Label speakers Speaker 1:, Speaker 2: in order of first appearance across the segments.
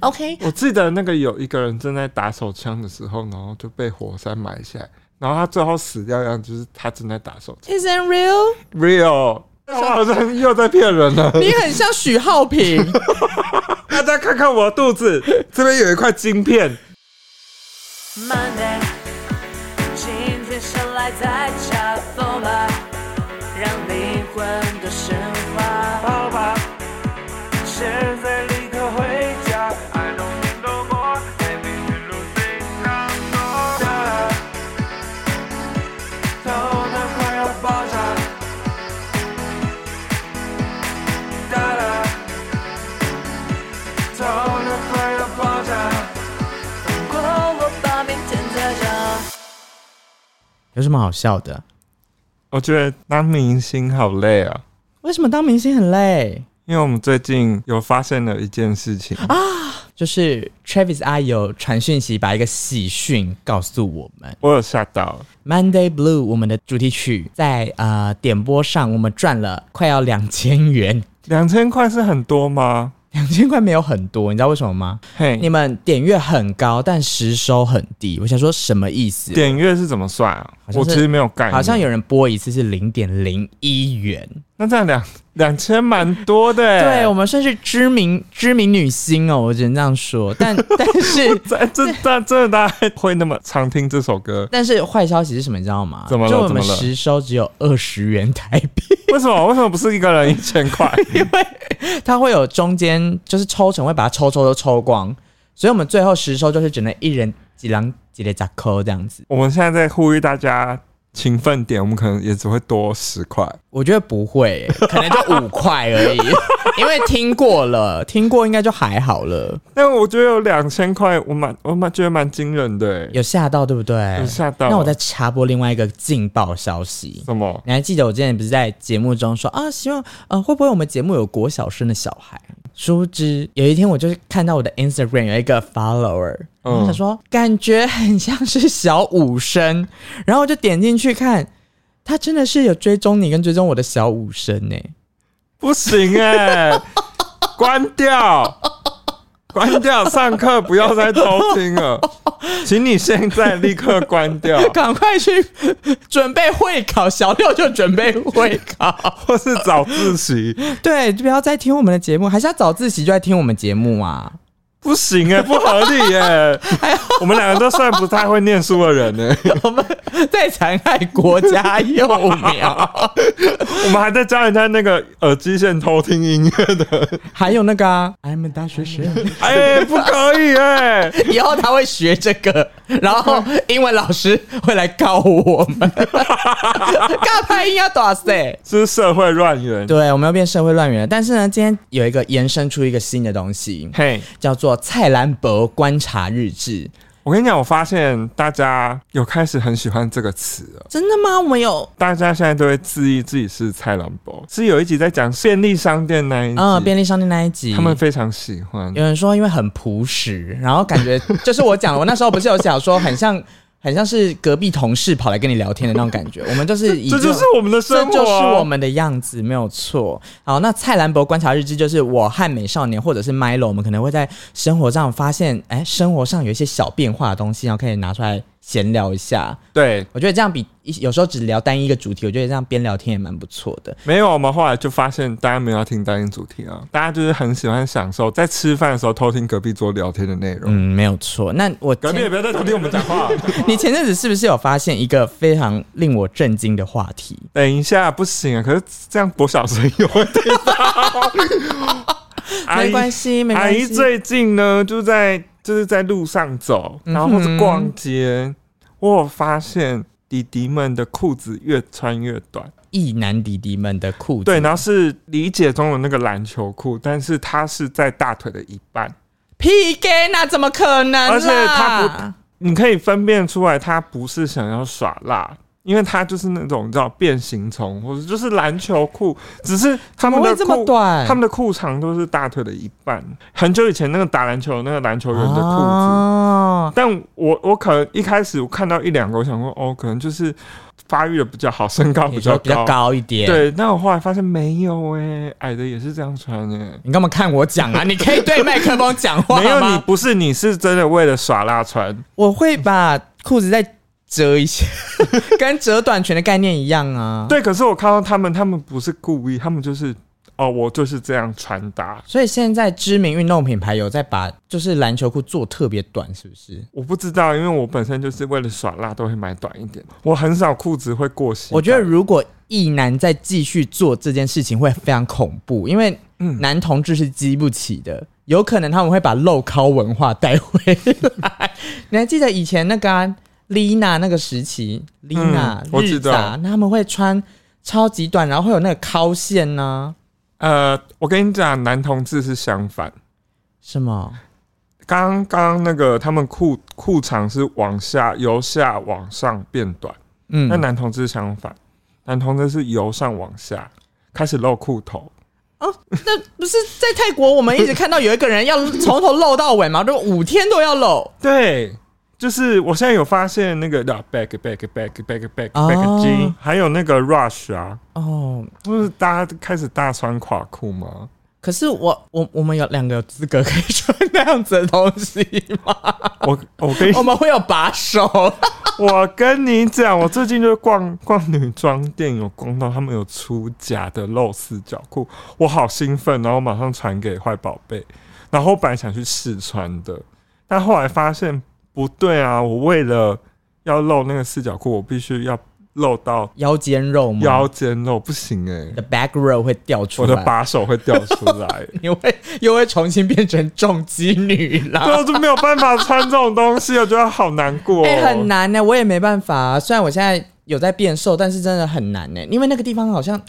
Speaker 1: OK，
Speaker 2: 我记得那个有一个人正在打手枪的时候，然后就被火山埋下来，然后他最后死掉一样，就是他正在打手枪。
Speaker 1: Isn't real？
Speaker 2: Real，我好像又在骗人 了。
Speaker 1: 你很像许浩平。
Speaker 2: 大家看看我肚子，这边有一块晶片。
Speaker 3: Monday，今天醒来在恰逢吧，让灵魂的神话泡吧。现在立刻回家，I don't need no more everything losing now。头脑快要爆炸。哒啦，头脑快要爆炸。如果我把明天再讲。
Speaker 4: 有什么好笑的？
Speaker 2: 我觉得当明星好累啊，
Speaker 4: 为什么当明星很累？
Speaker 2: 因为我们最近有发现了一件事情，
Speaker 4: 就是 Travis 阿有传讯息，把一个喜讯告诉我们。
Speaker 2: 我有吓到。
Speaker 4: Monday Blue 我们的主题曲在呃点播上，我们赚了快要两千元，
Speaker 2: 两千块是很多吗？
Speaker 4: 两千块没有很多，你知道为什么吗？
Speaker 2: 嘿、
Speaker 4: 你们点阅很高，但实收很低。我想说什么意思？
Speaker 2: 点阅是怎么算啊？
Speaker 4: 好像
Speaker 2: 我
Speaker 4: 是
Speaker 2: 其实没有概念。
Speaker 4: 好像有人播一次是零点零一元。
Speaker 2: 那这样两两千蛮多的、欸。
Speaker 4: 对我们算是知名知名女星哦，我只能这样说。 但但是
Speaker 2: 这这这真的大家会那么常听这首歌？
Speaker 4: 但是坏消息是什么？你知道吗？
Speaker 2: 怎么了
Speaker 4: 就我们
Speaker 2: 怎么了
Speaker 4: 实收只有二十元台币，
Speaker 2: 为什么？为什么不是一个人一千块？
Speaker 4: 它会有中间就是抽成会把它抽抽都抽光，所以我们最后实收就是只能一人几两几列扎扣这样子。
Speaker 2: 我们现在在呼吁大家勤奋点，我们可能也只会多十块。
Speaker 4: 我觉得不会、可能就五块而 已，因为听过了，听过应该就还好了，
Speaker 2: 但我觉得有两千块，我蛮我蛮觉得蛮惊人的、欸，
Speaker 4: 有吓到对不对？
Speaker 2: 有吓到
Speaker 4: 那我再插播另外一个劲爆消息。
Speaker 2: 什么？
Speaker 4: 你还记得我之前不是在节目中说啊，希望呃会不会我们节目有国小生的小孩？殊不知有一天我就是看到我的 Instagram 有一个 follower，然后
Speaker 2: 嗯
Speaker 4: 想说感觉很像是小五生，然后我就点进去看，他真的是有追踪你跟追踪我的小五生欸呢、
Speaker 2: 不行哎、关掉，关掉，上课不要再偷听了，请你现在立刻关掉，
Speaker 4: 赶快去准备会考，小六就准备会 考。
Speaker 2: 或是早自习。
Speaker 4: 对，就不要再听我们的节目，还是要早自习就在听我们节目啊。
Speaker 2: 不行哎、不合理耶、我们两个都算不太会念书的人欸呢、
Speaker 4: 我们在残害国家幼苗，
Speaker 2: 我们还在教人家那个耳机线偷听音乐的，
Speaker 4: 还有那个、啊、I'm a 大学生，
Speaker 2: 哎、不可以哎、
Speaker 4: 以后他会学这个，然后英文老师会来告我们，干嘛硬要打塞？
Speaker 2: 这是社会乱源。
Speaker 4: 对，我们要变社会乱源了。但是呢，今天有一个延伸出一个新的东西，
Speaker 2: 嘿、
Speaker 4: 叫做蔡兰博观察日志。
Speaker 2: 我跟你讲，我发现大家有开始很喜欢这个词了。
Speaker 4: 真的吗？我们有
Speaker 2: 大家现在都会自意自己是蔡兰博，是有一集在讲便利商店那一集，
Speaker 4: 嗯，便利嗯商店那一集，
Speaker 2: 他们非常喜欢。
Speaker 4: 有人说因为很朴实，然后感觉就是我讲，我那时候不是有讲说很像。很像是隔壁同事跑来跟你聊天的那种感觉，我们就是以
Speaker 2: 这就是我们的生活啊
Speaker 4: 这就是我们的样子，没有错。好，那蔡兰博观察日志就是我和美少年或者是 Milo，我们可能会在生活上发现，哎，生活上有一些小变化的东西，然后可以拿出来闲聊一下。
Speaker 2: 对，
Speaker 4: 我觉得这样比有时候只聊单一一个主题，我觉得这样边聊天也蛮不错的。
Speaker 2: 没有，我们后来就发现大家没有要听单一主题啊，大家就是很喜欢享受在吃饭的时候偷听隔壁桌聊天的内容。
Speaker 4: 嗯，没有错。那我
Speaker 2: 隔壁
Speaker 4: 前
Speaker 2: 也不要再偷听我们讲话。
Speaker 4: 你前阵子是不是有发现一个非常令我震惊的话题？
Speaker 2: 等一下，不行啊！可是这样国小生也会听到。
Speaker 4: 没关系，没
Speaker 2: 阿
Speaker 4: 关
Speaker 2: 姨
Speaker 4: 系。
Speaker 2: 最近呢，就在就是在路上走，
Speaker 4: 嗯
Speaker 2: 然后或者逛街，我有发现弟弟们的裤子越穿越短。
Speaker 4: 意男弟弟们的裤子，
Speaker 2: 对，然后是理解中的那个篮球裤，但是它是在大腿的一半，
Speaker 4: 屁 gay 那怎么可能啦？啊
Speaker 2: 而且他不你可以分辨出来，他不是想要耍辣，因为它就是那种叫变形虫，或者就是篮球裤，只是他
Speaker 4: 怎么
Speaker 2: 们
Speaker 4: 会
Speaker 2: 的
Speaker 4: 这么
Speaker 2: 裤
Speaker 4: 短？
Speaker 2: 他们的裤长都是大腿的一半。很久以前那个打篮球的那个篮球员的裤子，
Speaker 4: 哦，
Speaker 2: 但我我可能一开始我看到一两个，我想说哦，可能就是发育的比较好，身高比
Speaker 4: 比
Speaker 2: 较
Speaker 4: 较
Speaker 2: 高。
Speaker 4: 比较高一点。，
Speaker 2: 对，但我后来发现没有哎、矮的也是这样穿哎、
Speaker 4: 你干嘛看我讲 啊？你可以对麦克风讲话
Speaker 2: 没有，你
Speaker 4: 吗？
Speaker 2: 不是，你是真的为了耍辣穿。
Speaker 4: 我会把裤子再折一 下，跟折短裙的概念一样啊。，
Speaker 2: 对，可是我看到他们，他们不是故意，他们就是哦，我就是这样穿搭。
Speaker 4: 所以现在知名运动品牌有在把就是篮球裤做特别短，是不是？
Speaker 2: 我不知道，因为我本身就是为了耍辣都会买短一点，我很少裤子会过膝盖。
Speaker 4: 我觉得如果异男再继续做这件事情，会非常恐怖，因为
Speaker 2: 嗯
Speaker 4: 男同志是激不起的，有可能他们会把露尻文化带回 来。你还记得以前那个啊丽娜、那个时期，丽娜、
Speaker 2: 我
Speaker 4: 日
Speaker 2: 知道
Speaker 4: 杂，那他们会穿超级短，然后会有那个尻线啊呢、
Speaker 2: 呃，我跟你讲，男同志是相反。
Speaker 4: 什么？
Speaker 2: 刚刚那个他们裤裤长是往下由下往上变短，
Speaker 4: 嗯
Speaker 2: 那、，男同志相反，男同志是由上往下开始露裤头。
Speaker 4: 哦那不是在泰国，我们一直看到有一个人要从头露到尾嘛，就五天都要露。
Speaker 2: 对，就是我现在有发现那个的 back back back back back
Speaker 4: 哦
Speaker 2: back G，、还有那个 rush 啊，
Speaker 4: 哦，
Speaker 2: 不是大家开始大穿垮裤吗？
Speaker 4: 可是我我我们有两个有资格可以穿那样子的东西 吗？
Speaker 2: 我我跟你
Speaker 4: 我们会有把手，
Speaker 2: 我跟你讲，我最近就逛逛女装店，有逛到他们有出假的露丝脚裤，我好兴奋，然后马上传给坏宝贝，然后我本来想去试穿的，但后来发现不对啊，我为了要露那个四角裤，我必须要露到
Speaker 4: 腰间肉吗？
Speaker 2: 腰间肉，不行哎、
Speaker 4: 你的 back row 会掉出
Speaker 2: 我
Speaker 4: 来，
Speaker 2: 的把手会掉出 来，
Speaker 4: 你会又会重新变成重击女
Speaker 2: 对，
Speaker 4: 郎。
Speaker 2: 我就没有办法穿这种东西，我 觉得好难过、哦
Speaker 4: 哎、很。难呢、我也没办法、啊。虽然我现在有在变瘦，但是真的很难呢、欸因为那个地方好像，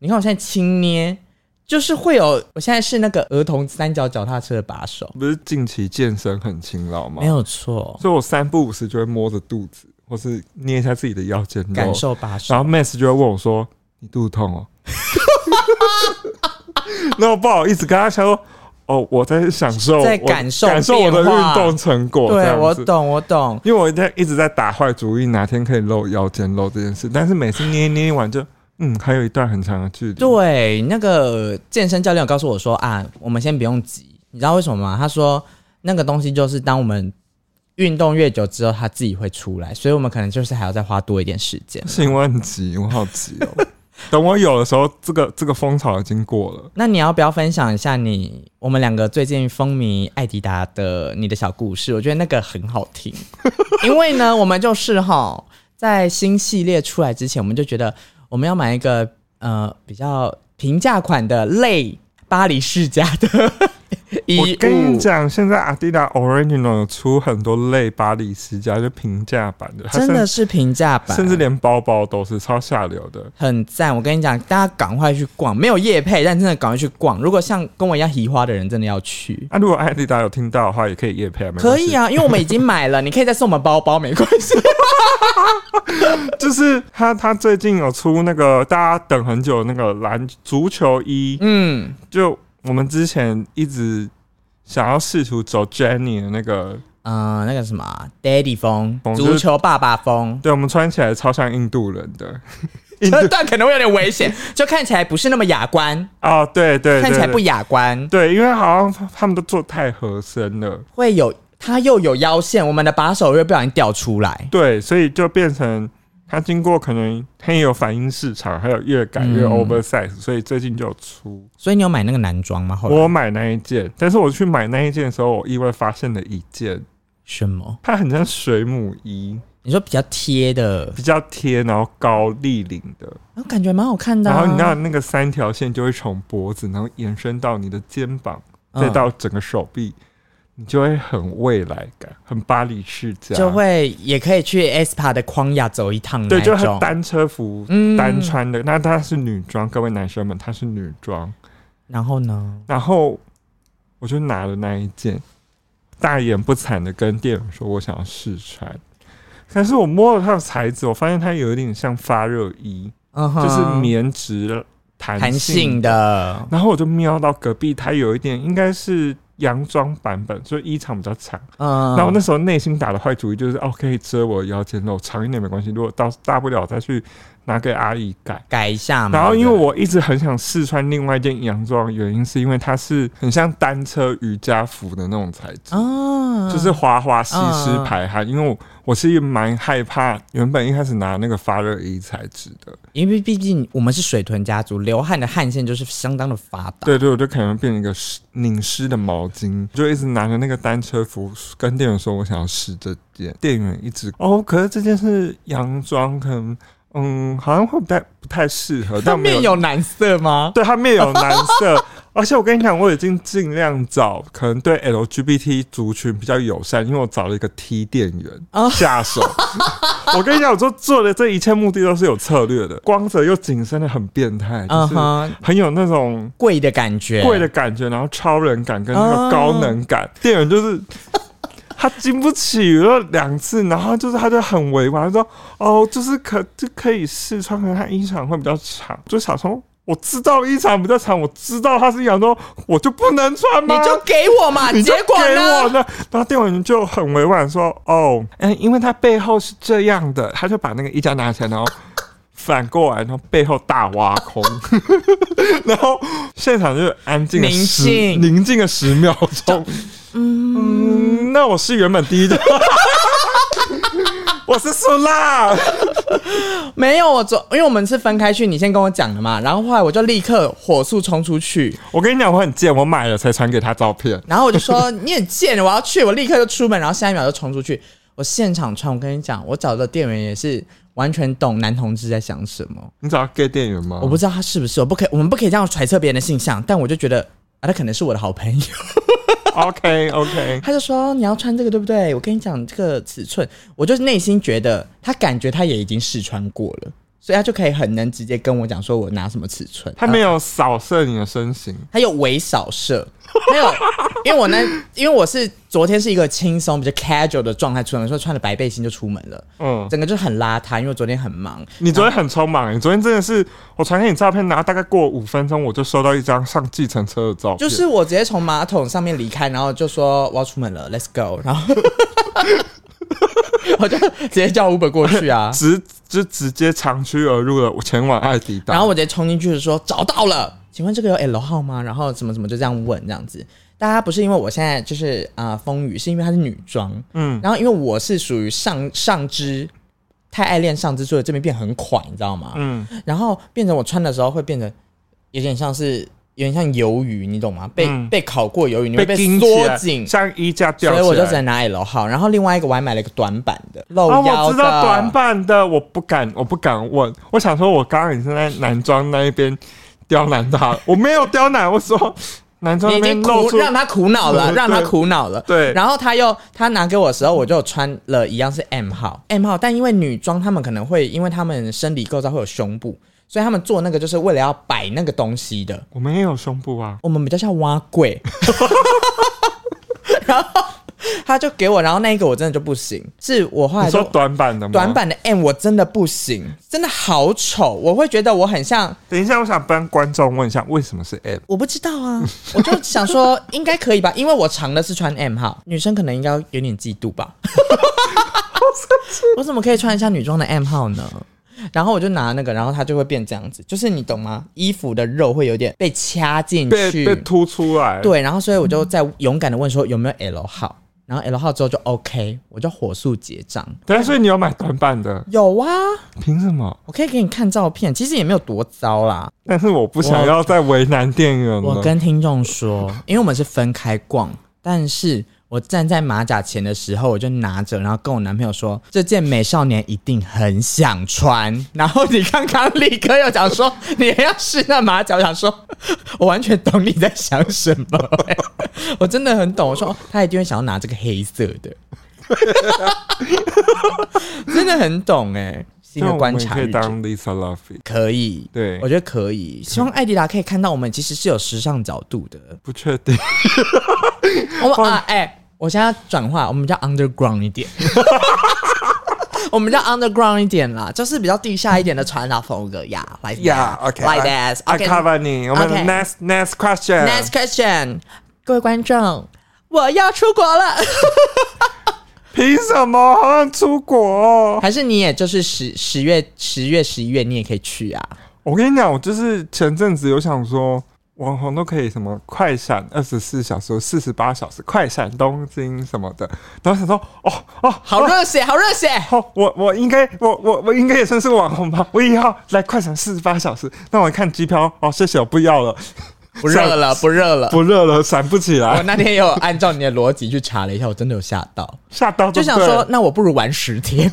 Speaker 4: 你看我现在轻捏，就是会有，我现在是那个儿童三角脚踏车的把手，
Speaker 2: 不是近期健身很勤劳吗？
Speaker 4: 没有错，
Speaker 2: 所以我三不五时就会摸着肚子，或是捏一下自己的腰间肉，
Speaker 4: 感。受把
Speaker 2: 然
Speaker 4: 手
Speaker 2: 后。Max 就会问我说：“你肚子痛哦？” 那我不好意思跟他说：“哦，我在享受，
Speaker 4: 在
Speaker 2: 我
Speaker 4: 感受
Speaker 2: 感受我的
Speaker 4: 变化
Speaker 2: 运动成果。”
Speaker 4: 对，我
Speaker 2: 懂。
Speaker 4: 懂，我懂。
Speaker 2: 因为我在一直在打坏主意，哪天可以露腰间肉这件事，但是每次捏一捏完就，嗯，还有一段很长的距离。
Speaker 4: 对，那个健身教练有告诉我说啊，我们先不用急，你知道为什么吗？他说那个东西就是当我们运动越久之后，它自己会出来，所以我们可能就是还要再花多一点时间。
Speaker 2: 是因为很急，我好急哦。 等我有的时候，这个这个风潮已经过了。
Speaker 4: 那你要不要分享一下你我们两个最近风靡艾迪达的你的小故事？我觉得那个很好 听，因为呢，我们就是哈，在新系列出来之前，我们就觉得我们要买一个呃比较平价款的类巴黎世家的 衣物。
Speaker 2: 我跟你讲，现在 Adidas Original 有出很多类巴黎世家，就平价版的，它
Speaker 4: 真
Speaker 2: 甚
Speaker 4: 的是平价版，
Speaker 2: 甚至连包包都是超下流的。
Speaker 4: 很赞。我跟你讲，大家赶快去逛，没有夜配，但真的赶快去逛。如果像跟我一样移花的人，真的要去。
Speaker 2: 啊，如果 Adidas 有听到的话，也可以夜配啊，没关
Speaker 4: 可
Speaker 2: 系
Speaker 4: 以，啊，因为我们已经买 了，你可以再送我们包包，没关系。
Speaker 2: 就是他他最近有出那个大家等很久的那个篮足球衣，
Speaker 4: 嗯，
Speaker 2: 就我们之前一直想要试图走 Jenny 的那个，
Speaker 4: 呃，那个什么啊，Daddy 风
Speaker 2: 风，就是
Speaker 4: 足球爸爸风，
Speaker 2: 对我们穿起来超像印度人的。印度
Speaker 4: 这段可能会有点危险，就看起来不是那么雅观，
Speaker 2: 哦，对对对，
Speaker 4: 看起来
Speaker 2: 对
Speaker 4: 不雅观，
Speaker 2: 对，因为好像他们都做太合身了。
Speaker 4: 会有它又有腰线，我们的把手又不小心掉出来。
Speaker 2: 对，所以就变成它经过可能它也有反应市场，还有越改越
Speaker 4: 嗯
Speaker 2: oversize，、所以最近就有出。
Speaker 4: 所以你有买那个男装吗？后来
Speaker 2: 我买那一件，但是我去买那一件的时候，我意外发现了一件，
Speaker 4: 什么？
Speaker 2: 它很像水母衣，
Speaker 4: 你说比较贴的，
Speaker 2: 比较贴，然后高立领的，
Speaker 4: 然后感觉蛮好看的啊、
Speaker 2: 然后你知道那个三条线就会从脖子，然后延伸到你的肩膀，
Speaker 4: 嗯
Speaker 2: 再到整个手臂。你就会很未来感，很巴黎世家，
Speaker 4: 就会也可以去 ESPA 的框雅走一趟那
Speaker 2: 对，
Speaker 4: 一
Speaker 2: 就
Speaker 4: 种，
Speaker 2: 很单车服
Speaker 4: 嗯
Speaker 2: 单穿的。那它是女装，各位男生们，它是女装。
Speaker 4: 然后呢，
Speaker 2: 然后我就拿了那一件，大言不惭的跟店员说我想要试穿。但是我摸了它的材质，我发现它有一点像发热衣，
Speaker 4: 嗯哼，
Speaker 2: 就是棉质弹
Speaker 4: 弹性
Speaker 2: 性的。
Speaker 4: 的，
Speaker 2: 然后我就瞄到隔壁，它有一点应该是洋装版本，所以衣长比较长。
Speaker 4: 嗯，
Speaker 2: 然后那时候内心打的坏主意就是，哦，可以遮我腰间肉，长一点没关系。如果到大不了再去拿给阿姨改。
Speaker 4: 改一下嘛。
Speaker 2: 然后因为
Speaker 4: 对不对
Speaker 2: 我一直很想试穿另外一件洋装，原因是因为它是很像单车瑜伽服的那种材质。
Speaker 4: 啊，
Speaker 2: 就是滑滑吸湿
Speaker 4: 嗯
Speaker 2: 排汗，因为我我是蛮害怕，原本一开始拿那个发热衣材质的，
Speaker 4: 因为毕竟我们是水豚家族，流汗的汗腺就是相当的发达。
Speaker 2: 对对，我就可能变成一个湿拧湿的毛巾，就一直拿着那个单车服跟店员说，我想要试这件，店员一直哦，可是这件是洋装，可能嗯，好像会不太不太适合，但
Speaker 4: 上
Speaker 2: 没
Speaker 4: 面有蓝色吗？
Speaker 2: 对，它面有蓝色，而且我跟你讲，我已经尽量找可能对 LGBT 族群比较友善，因为我找了一个 T 店
Speaker 4: 哦
Speaker 2: 员下手。 我跟你讲，我说做的这一切目的都是有策略的，光泽又紧身的很变态，就
Speaker 4: 嗯
Speaker 2: 是
Speaker 4: 哼，
Speaker 2: 很有那种
Speaker 4: 贵的感觉，
Speaker 2: 贵的感觉，然后超人感跟那
Speaker 4: 哦
Speaker 2: 个高能感，店员就是。 他经不起了两次，然后就是他就很委婉，他说：“哦，就是可就可以试穿，可能他衣长会比较长。”就想说，我知道衣长比较长，我知道他是洋装，我就不能穿
Speaker 4: 你
Speaker 2: 吗？
Speaker 4: 就给我嘛，啊
Speaker 2: 你就
Speaker 4: 结果
Speaker 2: 给我
Speaker 4: 呢？
Speaker 2: 呢？然后店员就很委婉说：“哦，嗯，因为他背后是这样的。”他就把那个衣架拿起来，然后反过来，然后背后大挖空， 然后现场就安静了
Speaker 4: 宁
Speaker 2: 十
Speaker 4: 静
Speaker 2: 宁静了十秒钟。嗯，那我是原本第一的。 我是苏拉，
Speaker 4: 没有，我昨因为我们是分开去，你先跟我讲的嘛，然后后来我就立刻火速冲出去，
Speaker 2: 我跟你讲，我很贱，我买了才传给他照片。
Speaker 4: 然后我就说你很贱，我要去，我立刻就出门，然后下一秒就冲出去，我现场穿，我跟你讲，我找的店员也是完全懂男同志在想什么，
Speaker 2: 你找到 gay 店员吗？
Speaker 4: 我不知道他是不是，我不可以，我们不可以这样揣测别人的性向，但我就觉得啊，他可能是我的好朋友。
Speaker 2: OK OK，
Speaker 4: 他就说你要穿这个对不对？我跟你讲这个尺寸，我就内心觉得他感觉他也已经试穿过了，所以他就可以很能直接跟我讲说我拿什么尺寸。
Speaker 2: 他没有扫射你的身形，
Speaker 4: 还有微扫射，还有，因为我呢，因为我是昨天是一个轻松比较 casual 的状态出门，所以穿了白背心就出门了，
Speaker 2: 嗯，
Speaker 4: 整个就很邋遢，因为我昨天很忙。
Speaker 2: 你昨天很匆忙、你昨天真的是我传给你照片，然后大概过五分钟，我就收到一张上计程车的照
Speaker 4: 就
Speaker 2: 片，
Speaker 4: 是我直接从马桶上面离开，然后就说我要出门了，Let's go，然后 我就直接叫 Uber 过去啊，
Speaker 2: 直就直接长驱而入了，我前往爱迪达。
Speaker 4: 然后我直接冲进去说找到了，请问这个有 L 号吗？然后怎么怎么就这样问这样子。大家不是因为我现在就是啊、呃风雨，是因为她是女装，嗯
Speaker 2: 嗯，
Speaker 4: 然后因为我是属于上上肢太爱练上肢，所以这边变很垮，你知道吗？
Speaker 2: 嗯，
Speaker 4: 然后变成我穿的时候会变得有点像是有点像鱿鱼，你懂吗？被、
Speaker 2: 嗯
Speaker 4: 被烤过鱿鱼，你会被
Speaker 2: 钉起
Speaker 4: 缩
Speaker 2: 来
Speaker 4: 紧，
Speaker 2: 像衣架吊
Speaker 4: 所
Speaker 2: 起
Speaker 4: 以
Speaker 2: 来。
Speaker 4: 我就只能拿 L 号。然后另外一个我还买了一个短版的露
Speaker 2: 哦，
Speaker 4: 腰的，
Speaker 2: 我知道短版的，我不敢，我不敢问。我想说，我刚刚也是在男装那一边刁难他，我没有刁难，我说男装
Speaker 4: 你
Speaker 2: 那
Speaker 4: 已
Speaker 2: 边
Speaker 4: 经
Speaker 2: 露
Speaker 4: 苦
Speaker 2: 出，
Speaker 4: 让他苦恼了，
Speaker 2: 嗯
Speaker 4: 让他
Speaker 2: 对
Speaker 4: 苦恼了。
Speaker 2: 对
Speaker 4: 然后他又他拿给我的时候，我就穿了一样是 M 号，M 号，但因为女装她们可能会因为她们生理构造会有胸部，所以她们做那个就是为了要摆那个东西的。
Speaker 2: 我们也有胸部啊，
Speaker 4: 我们比较像挖柜， 然后他就给我，然后那一个我真的就不行，是我后来
Speaker 2: 你
Speaker 4: 就
Speaker 2: 说短版的吗？
Speaker 4: 短。版的 M 我真的不行，真的好丑，我会觉得我很像
Speaker 2: 等一下，我想帮观众问一下，为什么是 M？
Speaker 4: 我不知道啊， 我就想说应该可以吧，因为我长的是穿 M 号，女生可能应该有点嫉妒 吧。我怎么可以穿一下女装的 M 号呢？然后我就拿那个，然后它就会变这样子，就是你懂吗？衣服的肉会有点被掐进
Speaker 2: 被被
Speaker 4: 去，
Speaker 2: 凸出来，
Speaker 4: 对，然后所以我就在勇敢的问说有没有 L 号，然后 L 号之后就 OK，我就火速结账。
Speaker 2: 等一下，所以你有买短版的？
Speaker 4: 有啊，
Speaker 2: 凭什么？
Speaker 4: 我可以给你看照片，其实也没有多糟啦。
Speaker 2: 但是我不想要再为难店员了。
Speaker 4: 我跟听众说，因为我们是分开逛，但是我站在马甲前的时候，我就拿着，然后跟我男朋友说，这件美少年一定很想穿。然后你刚刚立哥又讲说，你也要试那马甲，我想说，我完全懂你在想什么、 欸我真的很懂。我说，哦他一定会想要拿这个黑色的， 真的很懂哎、新
Speaker 2: 那
Speaker 4: 的
Speaker 2: 我
Speaker 4: 观
Speaker 2: 们
Speaker 4: 察
Speaker 2: 可
Speaker 4: 日
Speaker 2: 以
Speaker 4: 志。
Speaker 2: 当 Lisa Lovey，
Speaker 4: 可以，
Speaker 2: 对
Speaker 4: 我觉得可以。希望艾迪达可以看到我们其实是有时尚角度 的。
Speaker 2: 不确定。
Speaker 4: 我们啊，哎、我现在转化，我们比较 underground 一点。 我们比较 underground 一点啦，就是比较地下一点的穿搭风格呀、yeah,，like
Speaker 2: Yeah, okay.
Speaker 4: like
Speaker 2: I-
Speaker 4: that,
Speaker 2: I
Speaker 4: okay.
Speaker 2: cover 你。我们
Speaker 4: Okay.
Speaker 2: next next question.
Speaker 4: Next question，各位观众，我要出国了，
Speaker 2: 凭什么好像出国哦、
Speaker 4: 还是你也就是十十月、十月、十一月，你也可以去啊。
Speaker 2: 我跟你讲，我就是前阵子有想说，网红都可以什么快闪二十四小时、四十八小时快闪东京什么的，然后想说，哦哦，
Speaker 4: 好热血，好热血！
Speaker 2: 哦，我我应该我我我应该也算是个网红吧，我以后来快闪四十八小时，那我看机票哦，谢谢，我不要 了，
Speaker 4: 不热 了，不热了。
Speaker 2: 不热了，闪不起
Speaker 4: 我
Speaker 2: 来，
Speaker 4: 那天也有按照你的逻辑去查了一下，我真的有吓到，
Speaker 2: 吓到
Speaker 4: 就
Speaker 2: 对
Speaker 4: 想
Speaker 2: 不对
Speaker 4: 说，那我不如玩十天。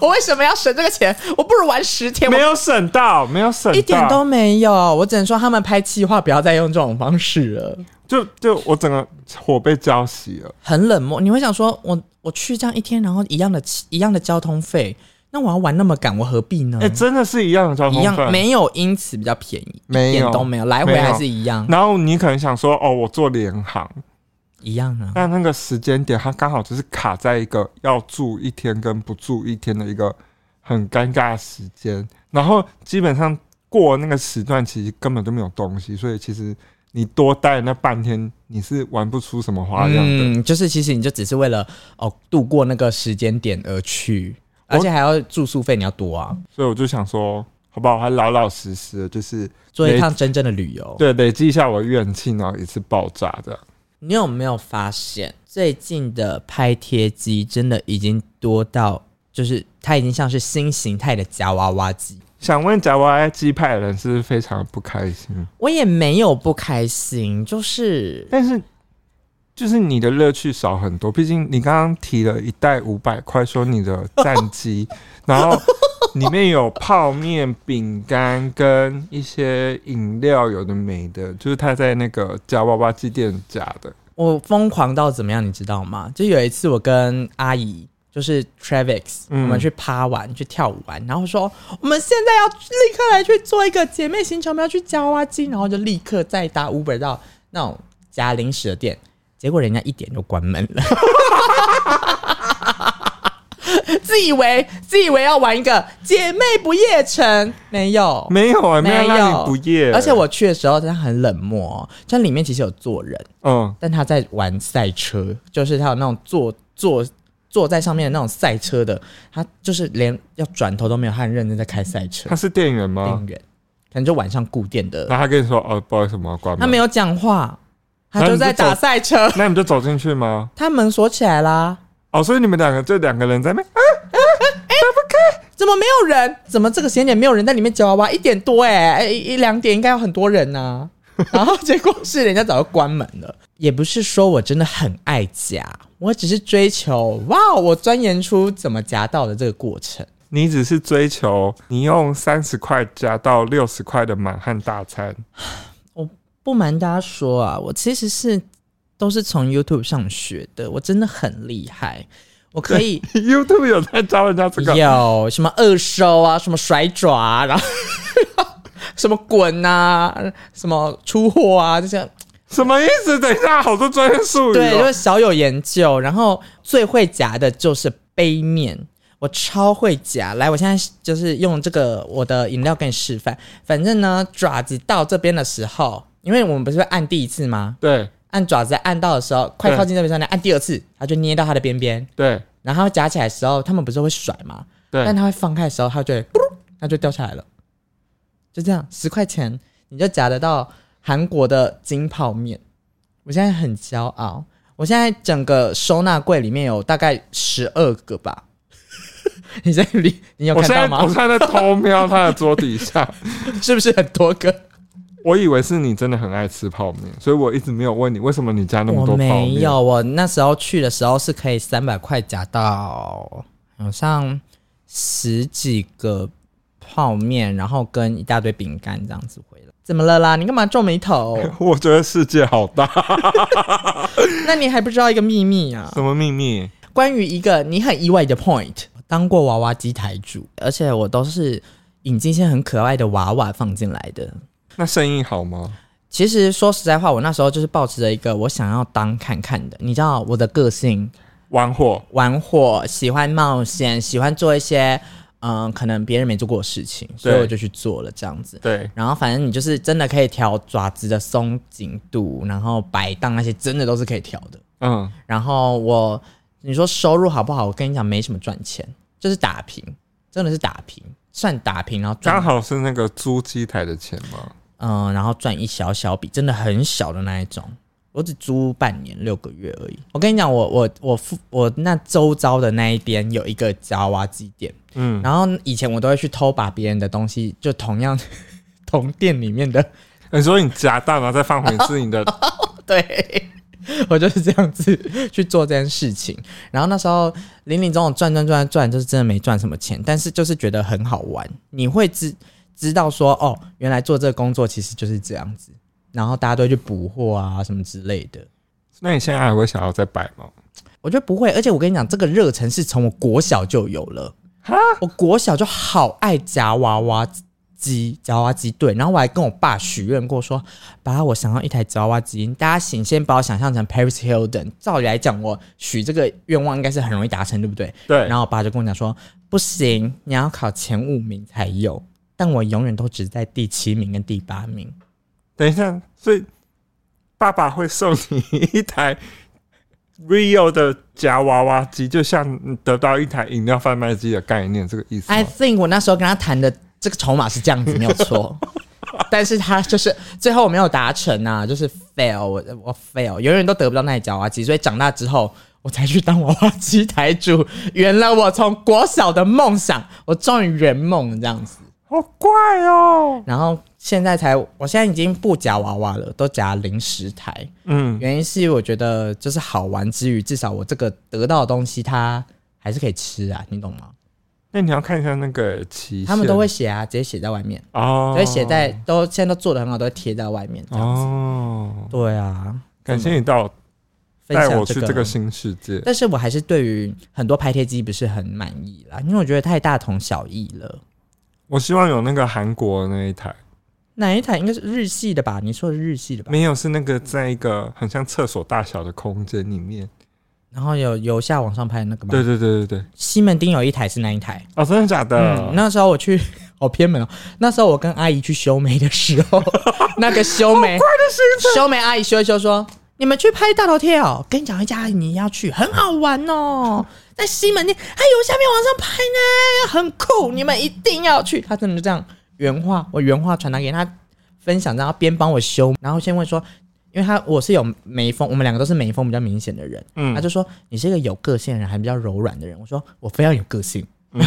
Speaker 4: 我为什么要省这个钱？我不如玩十天，
Speaker 2: 没
Speaker 4: 我
Speaker 2: 有省到，没有省到，
Speaker 4: 一点都没有。我只能说他们拍企划不要再用这种方式了，
Speaker 2: 就就我整个火被浇熄了。
Speaker 4: 很冷漠。你会想说，我我去这样一天，然后一样的一样的交通费，那我要玩那么赶，我何必呢？
Speaker 2: 哎、真的是一样的交
Speaker 4: 嗯一
Speaker 2: 通
Speaker 4: 样
Speaker 2: 费，
Speaker 4: 没有，因此比较便宜，
Speaker 2: 没有
Speaker 4: 一点都没有，来回还是一样，
Speaker 2: 然后你可能想说，哦，我做联航，
Speaker 4: 一样啊。
Speaker 2: 但那个时间点它刚好就是卡在一个要住一天跟不住一天的一个很尴尬的时间，然后基本上过那个时段其实根本就没有东西，所以其实你多待那半天你是玩不出什么花样的。
Speaker 4: 嗯，就是其实你就只是为了哦度过那个时间点而去，
Speaker 2: 我
Speaker 4: 而且还要住宿费你要多啊，
Speaker 2: 所以我就想说，好不好，我还老老实实的，就是
Speaker 4: 做一
Speaker 2: 累
Speaker 4: 趟真正的旅游。
Speaker 2: 对累积一下我的怨气，然后一次爆炸的。
Speaker 4: 你有没有发现最近的拍贴机真的已经多到，就是它已经像是新形态的夹娃娃机。
Speaker 2: 想问夹娃娃机派的人是不是非常不开心，
Speaker 4: 我也没有不开心，就是
Speaker 2: 但是就是你的乐趣少很多。毕竟你刚刚提了一袋五百块，说你的战机，然后里面有泡面、饼干跟一些饮料，有的没的，就是他在那个夹娃娃机店夹的。
Speaker 4: 我疯狂到怎么样，你知道吗？就有一次我跟阿姨。就是 Travis，、
Speaker 2: 嗯
Speaker 4: 我们去趴玩，去跳舞玩，然后说我们现在要立刻来去做一个姐妹行程，我们要去夹娃娃机，然后就立刻再搭 Uber 到那种夹零食的店，结果人家一点就关门了，自以为自以为要玩一个姐妹不夜城，没有，
Speaker 2: 没有啊、没
Speaker 4: 没
Speaker 2: 有让你
Speaker 4: 有，
Speaker 2: 不夜。
Speaker 4: 而且我去的时候，他很冷漠、哦，就里面其实有坐人，
Speaker 2: 嗯，
Speaker 4: 但他在玩赛车，就是他有那种坐坐坐在上面的那种赛车的，他就是连要转头都没有，他很认真在开赛车
Speaker 2: 他。是店员吗
Speaker 4: 店？员可能就晚上固店的，
Speaker 2: 那他跟你说哦，不好意思，我们要关门。
Speaker 4: 他没有讲话，他就在打赛车，
Speaker 2: 那你就走进去吗？
Speaker 4: 他门锁起来啦，
Speaker 2: 哦，所以你们两个就两个人在那边。啊
Speaker 4: 怎么没有人？怎么这个时间点没有人在里面夹娃娃？一点多哎、哎一一两点应该有很多人 呐、然后结果是人家早就关门了。也不是说我真的很爱夹，我只是追求哇，我钻研出怎么夹到的这个过程。
Speaker 2: 你只是追求你用三十块加到六十块的满汉大餐，
Speaker 4: 我不瞒大家说啊，我其实是都是从 YouTube 上学的，我真的很厉害，我可 以
Speaker 2: YouTube 有在教人家这个，
Speaker 4: 有什么二收啊，什么甩爪啊，然后 什么滚啊，什么出货啊，这些
Speaker 2: 什么意思？等一下，好多专业术语、
Speaker 4: 对，就
Speaker 2: 哦。
Speaker 4: 是小有研究。然后最会夹的就是杯面，我超会夹。来，我现在就是用这个我的饮料给你示范。反正呢，爪子到这边的时候，因为我们不是会按第一次吗？
Speaker 2: 对
Speaker 4: 按爪子按到的时候，快靠近这边上，你按第二次，它就捏到它的边边。
Speaker 2: 对
Speaker 4: 然后它夹起来的时候，它们不是会甩吗？但
Speaker 2: 对，
Speaker 4: 它会放开的时候，它就会咕噜，它就掉下来了。就这样，十块钱你就夹得到韩国的金泡面。我现在很骄傲，我现在整个收纳柜里面有大概十二个吧。 你在里，你有
Speaker 2: 我
Speaker 4: 看
Speaker 2: 现在
Speaker 4: 到
Speaker 2: 我
Speaker 4: 吗
Speaker 2: 现？在在偷瞄他的桌底下，
Speaker 4: 是不是很多个？
Speaker 2: 我以为是你真的很爱吃泡面，所以我一直没有问你为什么你加那么
Speaker 4: 我
Speaker 2: 多泡面。
Speaker 4: 没有，我那时候去的时候是可以三百块夹到好像十几个泡面，然后跟一大堆饼干这样子回来。怎么了啦？你干嘛皱眉 头？
Speaker 2: 我觉得世界好大，
Speaker 4: 那你还不知道一个秘密啊？
Speaker 2: 什么秘密？
Speaker 4: 关于一个你很意外的 point，我当过娃娃机台主，而且我都是引进一些很可爱的娃娃放进来的。
Speaker 2: 那生意好吗？
Speaker 4: 其实说实在话，我那时候就是抱持着一个我想要当看看的，你知道我的个性
Speaker 2: 玩火，
Speaker 4: 玩火，喜欢冒险，喜欢做一些嗯、可能别人没做过的事情，所以
Speaker 2: 对
Speaker 4: 我就去做了这样子。
Speaker 2: 对，
Speaker 4: 然后反正你就是真的可以调爪子的松紧度，然后摆荡那些真的都是可以调的。
Speaker 2: 嗯，
Speaker 4: 然后我你说收入好不好？我跟你讲，没什么赚钱，就是打平，真的是打平，算打平，然后赚
Speaker 2: 刚好是那个租机台的钱嘛，
Speaker 4: 嗯、然后赚一小小笔，真的很小的那一种。我只租半年六个月而已。我跟你讲，我我我附我那周遭的那一边有一个夹娃机店，
Speaker 2: 嗯，
Speaker 4: 然后以前我都会去偷把别人的东西，就同样 同店里面的，
Speaker 2: 你说哎你夹蛋，然后再放回是你的，
Speaker 4: 对。 我就是这样子去做这件事情，然后那时候零零总总赚赚赚赚，就是真的没赚什么钱，但是就是觉得很好玩。你会知知道说，哦，原来做这个工作其实就是这样子，然后大家都会去补货啊什么之类的。
Speaker 2: 那你现在还会想要再摆吗？
Speaker 4: 我觉得不会，而且我跟你讲，这个热忱是从我国小就有了。我国小就好爱夹娃娃机，夹娃娃机对，然后我还跟我爸许愿过说，爸，我想要一台夹娃娃机。大家请先把我想象成 Paris Hilton。照理来讲，我许这个愿望应该是很容易达成，对不对？
Speaker 2: 对
Speaker 4: 然后我爸就跟我讲说，不行，你要考前五名才有。但我永远都只在第七名跟第八名。
Speaker 2: 等一下，所以爸爸会送你 一台 Rio 的夹娃娃机，就像你得到一台饮料贩卖机的概念，这个意思
Speaker 4: I
Speaker 2: 吗？
Speaker 4: think 我那时候跟他谈的这个筹码是这样子，没有错。但是他就是最后我没有达成啊，就是 fail，我我 fail，永远都得不到那一脚娃机，所以长大之后我才去当娃娃机台主。圆了我从国小的梦想，我终于圆梦了这样子。
Speaker 2: 好怪哦，
Speaker 4: 然后现在才，我现在已经不夹娃娃了，都夹零食台。
Speaker 2: 嗯，
Speaker 4: 原因是我觉得就是好玩之余，至少我这个得到的东西它还是可以吃啊，你懂吗？
Speaker 2: 那你要看一下那个期限，
Speaker 4: 他们都会写啊，直接写在外面。
Speaker 2: 哦，
Speaker 4: 所以写在都现在都做的很好，都会贴在外面这样子。
Speaker 2: 哦，
Speaker 4: 对啊，
Speaker 2: 感谢你带我
Speaker 4: 分
Speaker 2: 带
Speaker 4: 享
Speaker 2: 我去这
Speaker 4: 这
Speaker 2: 个新世界，
Speaker 4: 但是我还是对于很多拍贴机不是很满意啦，因为我觉得太大同小异了。
Speaker 2: 我希望有那个韩国的那一台，
Speaker 4: 哪一台应该是日系的吧？你说的是日系的吧？
Speaker 2: 没有是那个在一个很像厕所大小的空间里面，
Speaker 4: 然后有由下往上拍的那个吗？
Speaker 2: 对，对对对对，
Speaker 4: 西门町有一台是那一台。
Speaker 2: 哦，真的假的
Speaker 4: 嗯，？那时候我去， 好偏门哦。那时候我跟阿姨去修眉的时候， 那个修眉，修眉阿姨修一修说：“你们去拍大头贴哦，跟你讲一家你要去，很好玩哦，在西门店，哎呦，下面往上拍呢，很酷，你们一定要去。”她真的就这样原话，我原话传达给她分享，然后边帮我修，然后先问说。因为她我是有眉峰，我们两个都是眉峰比较明显的人，
Speaker 2: 嗯
Speaker 4: 她就说你是一个有个性的人，还比较柔软的人。我说我非常有个性，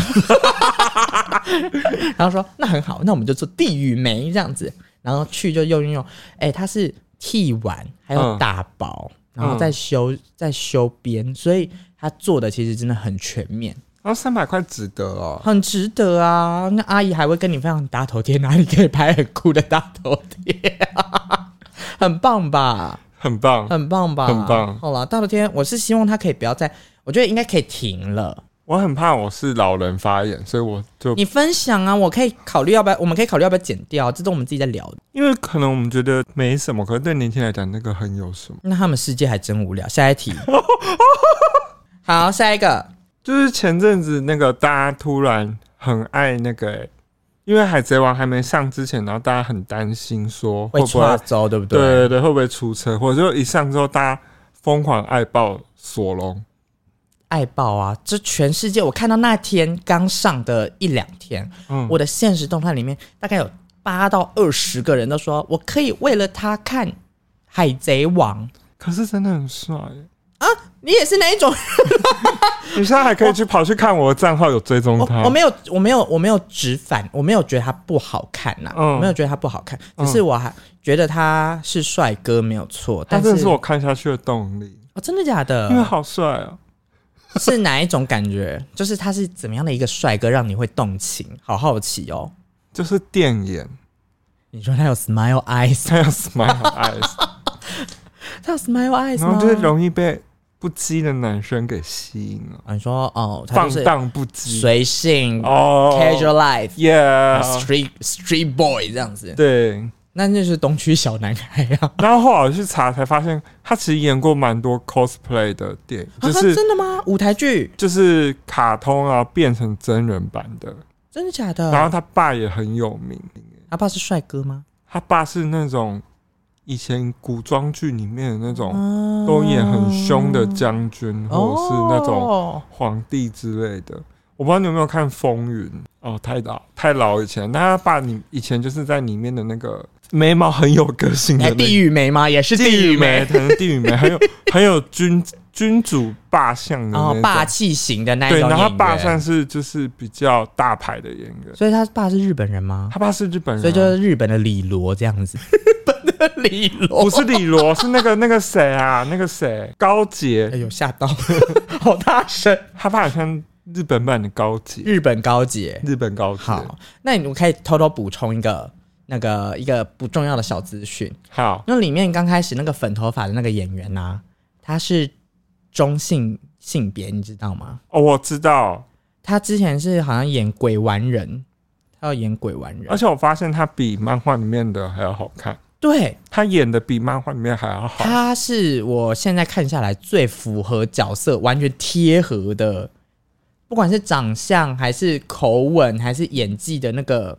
Speaker 4: 然后说那很好，那我们就做地狱梅这样子，然后去就用用用，哎、它是剃完还有
Speaker 2: 嗯
Speaker 4: 打薄，然后再修、再修边，所以它做的其实真的很全面，
Speaker 2: 然后哦三百块值得哦，
Speaker 4: 很值得啊。那阿姨还会跟你分享大头贴哪里可以拍很酷的大头贴、啊很棒吧？
Speaker 2: 很棒，
Speaker 4: 很棒吧？
Speaker 2: 很棒
Speaker 4: 好了，大头贴我是希望它可以不要再，我觉得应该可以停了。
Speaker 2: 我很怕我是老人发言，所以我就
Speaker 4: 你分享啊，我可以考虑要不要，我们可以考虑要不要剪掉，这都我们自己在聊的。
Speaker 2: 因为可能我们觉得没什么，可是对年轻人来讲，那个很有什么。
Speaker 4: 那他们世界还真无聊。下一 题，好，下一个，
Speaker 2: 就是前阵子那个大家突然很爱那个、欸因为海贼王还没上之前，然后大家很担心说会
Speaker 4: 会
Speaker 2: 不
Speaker 4: 跨
Speaker 2: 会
Speaker 4: 州对不
Speaker 2: 对
Speaker 4: 对？
Speaker 2: 对对会不会出车祸，就一上之后大家疯狂爱爆索隆，
Speaker 4: 爱爆啊！这全世界，我看到那天刚上的一两天，
Speaker 2: 嗯
Speaker 4: 我的现实动态里面大概有八到二十个人都说，我可以为了他看《海贼王》
Speaker 2: 可是真的很帅欸。
Speaker 4: 啊！你也是哪一种？
Speaker 2: 你现在还可以去跑去看我的账号有追踪他
Speaker 4: 我我，没有，我没有，我没有直反，我没有觉得他不好看呐、
Speaker 2: 嗯
Speaker 4: 我没有觉得他不好看，只是我还觉得他是帅哥没有错，
Speaker 2: 他
Speaker 4: 但
Speaker 2: 真
Speaker 4: 是
Speaker 2: 的是我看下去的动力，
Speaker 4: 哦，真的假的？
Speaker 2: 因为好帅哦、
Speaker 4: 是哪一种感觉？就是他是怎么样的一个帅哥让你会动情？好好奇哦。
Speaker 2: 就是电眼，
Speaker 4: 你说他有 smile eyes，
Speaker 2: 他有 smile eyes。
Speaker 4: 他有 smile eyes
Speaker 2: 然
Speaker 4: 吗？
Speaker 2: 后就是容易被不羁的男生给吸引了，
Speaker 4: 啊你说哦，他
Speaker 2: 放
Speaker 4: 就是
Speaker 2: 荡不羁
Speaker 4: 随性、
Speaker 2: 哦
Speaker 4: casual life、
Speaker 2: ，yeah，
Speaker 4: street street boy 这样子。
Speaker 2: 对，
Speaker 4: 那那就是东区小男孩啊，
Speaker 2: 然后后来我去查才发现，他其实演过蛮多 cosplay 的电影，就
Speaker 4: 啊
Speaker 2: 是
Speaker 4: 真的吗？舞台剧
Speaker 2: 就是卡通啊变成真人版的。
Speaker 4: 真的假
Speaker 2: 然
Speaker 4: 的？
Speaker 2: 后他爸也很有名，
Speaker 4: 阿爸是帅哥吗？
Speaker 2: 他爸是那种以前古装剧里面的那种
Speaker 4: 啊
Speaker 2: 都演很凶的将军，或哦者是那种
Speaker 4: 哦
Speaker 2: 皇帝之类的。我不知道你有没有看《风云》哦，太老太老以前，那他爸你以前就是在里面的那个眉毛很有个性的
Speaker 4: 哎，
Speaker 2: 那个
Speaker 4: 地狱梅吗？也是
Speaker 2: 地
Speaker 4: 狱
Speaker 2: 狱梅，可能地狱梅 很有很有君君主霸相的
Speaker 4: 然
Speaker 2: 那
Speaker 4: 后
Speaker 2: 种，
Speaker 4: 哦霸气型的那一
Speaker 2: 对，
Speaker 4: 种
Speaker 2: 然后他
Speaker 4: 演
Speaker 2: 爸
Speaker 4: 员
Speaker 2: 算是就是比较大牌的演员，
Speaker 4: 所以他爸是日本人吗？
Speaker 2: 他爸是日本人啊，
Speaker 4: 所以就是日本的李罗这样子，日本的李罗
Speaker 2: 不是李罗，是那个那个谁啊，那个谁高杰
Speaker 4: 哦哎，呦吓到，好大声！
Speaker 2: 他爸好像日本版的高杰，
Speaker 4: 日本高姐，
Speaker 2: 日本高杰，
Speaker 4: 好，那你我可以偷偷补充一个那个一个不重要的小资讯，
Speaker 2: 好
Speaker 4: 那里面刚开始那个粉头发的那个演员呐、他是中性性别，你知道吗？
Speaker 2: 哦，我知道，
Speaker 4: 他之前是好像演鬼玩人，他要演鬼玩人
Speaker 2: 而，且我发现他比漫画里面的还要好看，
Speaker 4: 对，
Speaker 2: 他演的比漫画里面还要好，
Speaker 4: 他是我现在看下来最符合角色、完全贴合的，不管是长相还是口吻还是演技的那个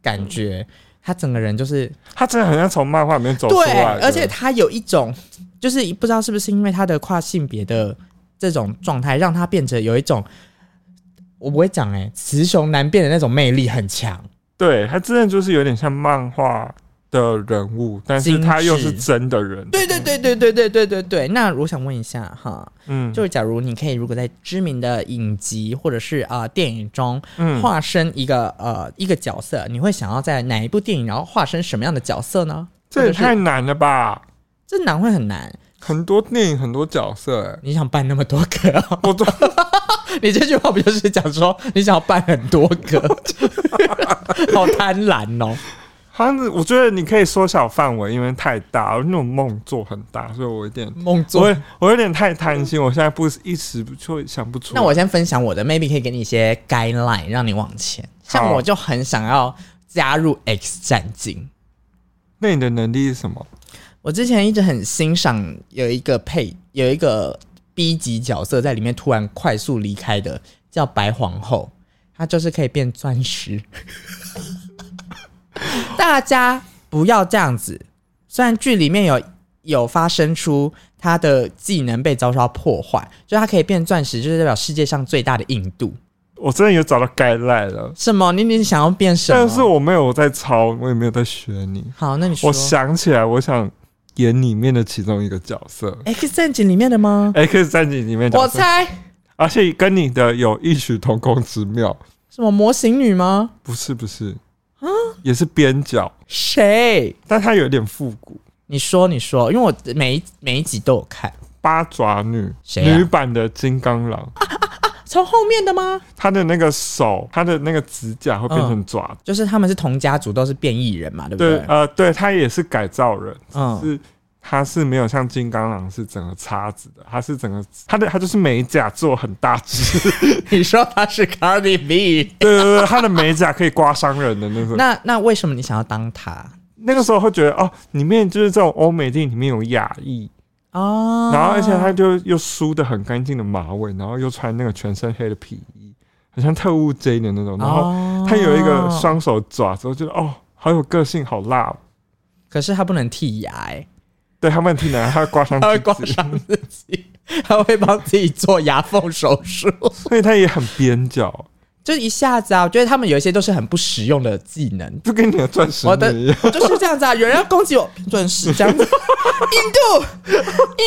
Speaker 4: 感觉，他整个人就是
Speaker 2: 他真的很像从漫画里面走出
Speaker 4: 对
Speaker 2: 来，的，
Speaker 4: 而且他有一种就是不知道是不是因为他的跨性别的这种状态，让他变成有一种我不会讲哎、雌雄难辨的那种魅力很强。
Speaker 2: 对他真的就是有点像漫画的人物，但是他又是真的人。
Speaker 4: 对对对对对对对对对。那我想问一下哈，
Speaker 2: 嗯，
Speaker 4: 就是假如你可以，如果在知名的影集或者是啊、呃电影中
Speaker 2: 嗯
Speaker 4: 化身一个、呃一个角色，你会想要在哪一部电影，然后化身什么样的角色呢？
Speaker 2: 这也
Speaker 4: 或者是
Speaker 2: 太难了吧！
Speaker 4: 这难会很难。
Speaker 2: 很多电影很多角色、欸，
Speaker 4: 你想扮那么多个、哦，
Speaker 2: 我都
Speaker 4: 你这句话不就是讲说你想要扮很多个， 好贪婪哦？
Speaker 2: 好像是我觉得你可以缩小范围，因为太大，那种梦做很大，所以我有点，
Speaker 4: 梦
Speaker 2: 我
Speaker 4: 做。
Speaker 2: 有我有点太贪心，我现在不一时不就想不出来。
Speaker 4: 那我先分享我的，maybe 可以给你一些 guideline 让你往前。像
Speaker 2: 好
Speaker 4: 我就很想要加入 X 战警。
Speaker 2: 那你的能力是什么？
Speaker 4: 我之前一直很欣赏有一个配有一个 B 级角色在里面突然快速离开的，叫白皇后，她就是可以变钻石。 大家不要这样子，虽然剧里面有有发生出她的技能被遭受到破坏，就她可以变钻石，就是代表世界上最大的硬度。
Speaker 2: 我真的有找到该赖了，
Speaker 4: 什么？你你想要变什么？
Speaker 2: 但是我没有在抄，我也没有在学你。
Speaker 4: 好，那你说
Speaker 2: 我想起来，我想演里面的其中一个角 色，哎
Speaker 4: X 战警里面的吗？
Speaker 2: X 战警里面角
Speaker 4: 我
Speaker 2: 色，
Speaker 4: 猜
Speaker 2: 而且跟你的有异曲同工之妙。
Speaker 4: 什么模型女吗？
Speaker 2: 不是不是，
Speaker 4: 啊
Speaker 2: 也是边角，
Speaker 4: 谁？
Speaker 2: 但它有点复古。
Speaker 4: 你说，你说，因为我每一每一集都有看，
Speaker 2: 八爪女，
Speaker 4: 谁啊
Speaker 2: 女版的金刚狼，
Speaker 4: 从后面的吗？
Speaker 2: 她的那个手，她的那个指甲会变
Speaker 4: 嗯
Speaker 2: 成爪子。
Speaker 4: 就是他们是同家族，都是变异人嘛，对不
Speaker 2: 对
Speaker 4: 对？，
Speaker 2: 呃，对，她也是改造人，
Speaker 4: 嗯，
Speaker 2: 是她是没有像金刚狼是整个叉子的，她是整个她的她就是美甲做很大只，
Speaker 4: 你说他是 Cardi B，
Speaker 2: 对对对，她的美甲可以刮伤人的那种。
Speaker 4: 那那为什么你想要当他？
Speaker 2: 那个时候会觉得哦，里面就是这种欧美电影里面有亚裔，
Speaker 4: 哦，
Speaker 2: 然后而且他就又梳的很干净的马尾，然后又穿那个全身黑的皮衣，很像特务 J 的那种。然后
Speaker 4: 哦
Speaker 2: 他有一个，双手爪子，我觉得哦，好有个性，好辣、哦。
Speaker 4: 可是他不能剃牙、欸，
Speaker 2: 对他们挺难，他刮伤
Speaker 4: 他会
Speaker 2: 自
Speaker 4: 刮
Speaker 2: 己，
Speaker 4: 伤自己， 他会帮自己做牙缝手术，
Speaker 2: 所以他也很边角，
Speaker 4: 就一下子啊，我觉得他们有一些都是很不实用的技能，
Speaker 2: 就跟你的钻石
Speaker 4: 我的
Speaker 2: 女一样。
Speaker 4: 我 就是哦这样子啊，有人要攻击我，准 时这样子。印度，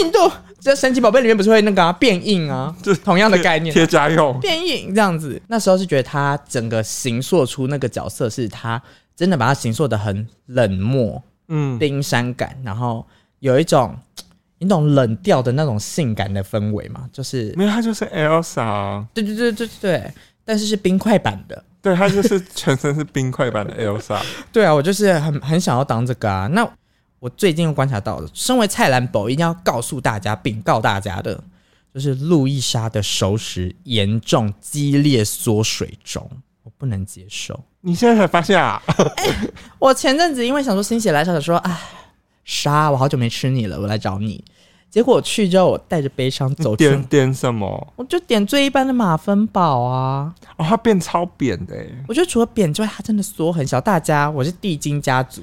Speaker 4: 印度，这神奇宝贝里面不是会那个、啊、变硬啊，
Speaker 2: 就是
Speaker 4: 同样的概念，
Speaker 2: 贴家用。
Speaker 4: 变硬这样子。那时候是觉得他整个形塑出那个角色，是他真的把他形塑的很冷漠、
Speaker 2: 嗯，
Speaker 4: 冰山感，然后有一种你懂冷调的那种性感的氛围嘛，就是
Speaker 2: 没有，他就是 Elsa，啊
Speaker 4: 对对对对对，但是是冰块版的。
Speaker 2: 对 他就是全身是冰块版的 Elsa。
Speaker 4: 对啊，我就是很很想要当这个啊。那我最近又观察到了，身为蔡澜宝一定要告诉大家禀告大家的，就是路易莎的熟食严重激烈缩水中。我不能接受。
Speaker 2: 你现在才发现啊？
Speaker 4: 我前阵子因为想说心血来潮，想说哎，莎，我好久没吃你了，我来找你。结果我去之后，我带着悲伤走
Speaker 2: 点
Speaker 4: 出，
Speaker 2: 点什么？
Speaker 4: 我就点最一般的马芬堡啊。
Speaker 2: 哦，它变超扁的、欸，
Speaker 4: 我觉得除了扁之外，它真的缩很小。大家，我是地精家族，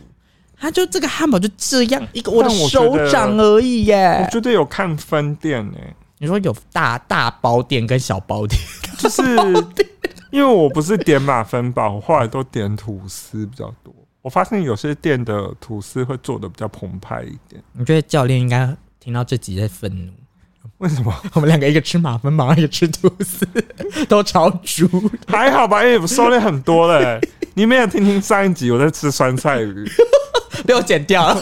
Speaker 4: 它就这个汉堡就这样一个我的
Speaker 2: 但我觉
Speaker 4: 手
Speaker 2: 得
Speaker 4: 掌而已
Speaker 2: 我
Speaker 4: 耶。
Speaker 2: 觉得有看分店欸呢、
Speaker 4: 你说有大大包店跟小包店，
Speaker 2: 就是因为我不是点马芬堡，我后来都点吐司比较多。我发现有些店的吐司会做的比较澎湃一点，
Speaker 4: 我觉得教练应该听到这集在愤怒。
Speaker 2: 为什么？
Speaker 4: 我们两个一个吃马芬堡，一个吃吐司， 都超猪。
Speaker 2: 还好吧，因为我收敛很多嘞、你没有听听上一集我在吃酸菜鱼，
Speaker 4: 被我剪掉了。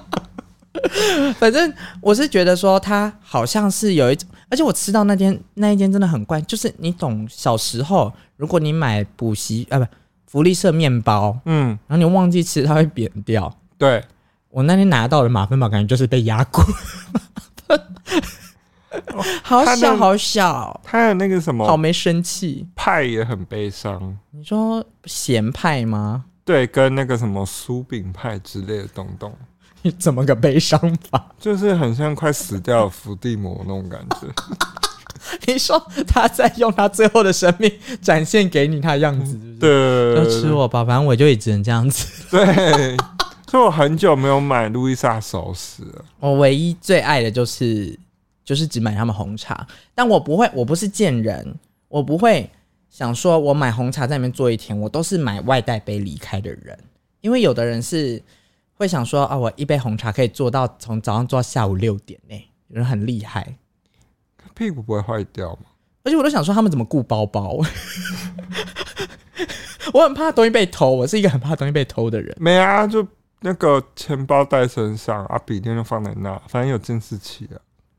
Speaker 4: 反正我是觉得说，它好像是有一种，而且我吃到那天那一间真的很怪，就是你懂小时候，如果你买补习啊不福利社面包，
Speaker 2: 嗯，
Speaker 4: 然后你忘记吃，它会扁掉。
Speaker 2: 对，
Speaker 4: 我那天拿到的马芬堡，感觉就是被压过， 好
Speaker 2: 它
Speaker 4: 小
Speaker 2: 那
Speaker 4: 好小，
Speaker 2: 它的那个什
Speaker 4: 好
Speaker 2: 么
Speaker 4: 没生气。
Speaker 2: 派也很悲伤，
Speaker 4: 你说咸派吗？
Speaker 2: 对，跟那个什么酥饼派之类的东东，
Speaker 4: 你怎么个悲伤法？
Speaker 2: 就是很像快死掉的伏地魔那种感 觉。
Speaker 4: 你说他在用他最后的生命展现给你他的样子，是
Speaker 2: 嗯
Speaker 4: 不是呃
Speaker 2: 对，
Speaker 4: 就吃我吧，反正我就也只能这样子。
Speaker 2: 对，所以我很久没有买路易莎熟食了。
Speaker 4: 我唯一最爱的就是就是只买他们红茶，但我不会，我不是贱人，我不会想说我买红茶在里面坐一天，我都是买外带杯离开的人，因为有的人是会想说啊，我一杯红茶可以做到从早上做到下午六点呢、有人很厉害。
Speaker 2: 屁股不会坏掉吗？
Speaker 4: 而且我都想说他们怎么顾包包， 我很怕东西被偷，我是一个很怕东西被偷的人。
Speaker 2: 没啊，就那个钱包带身上啊，笔电就放在那，反正有监视器啊。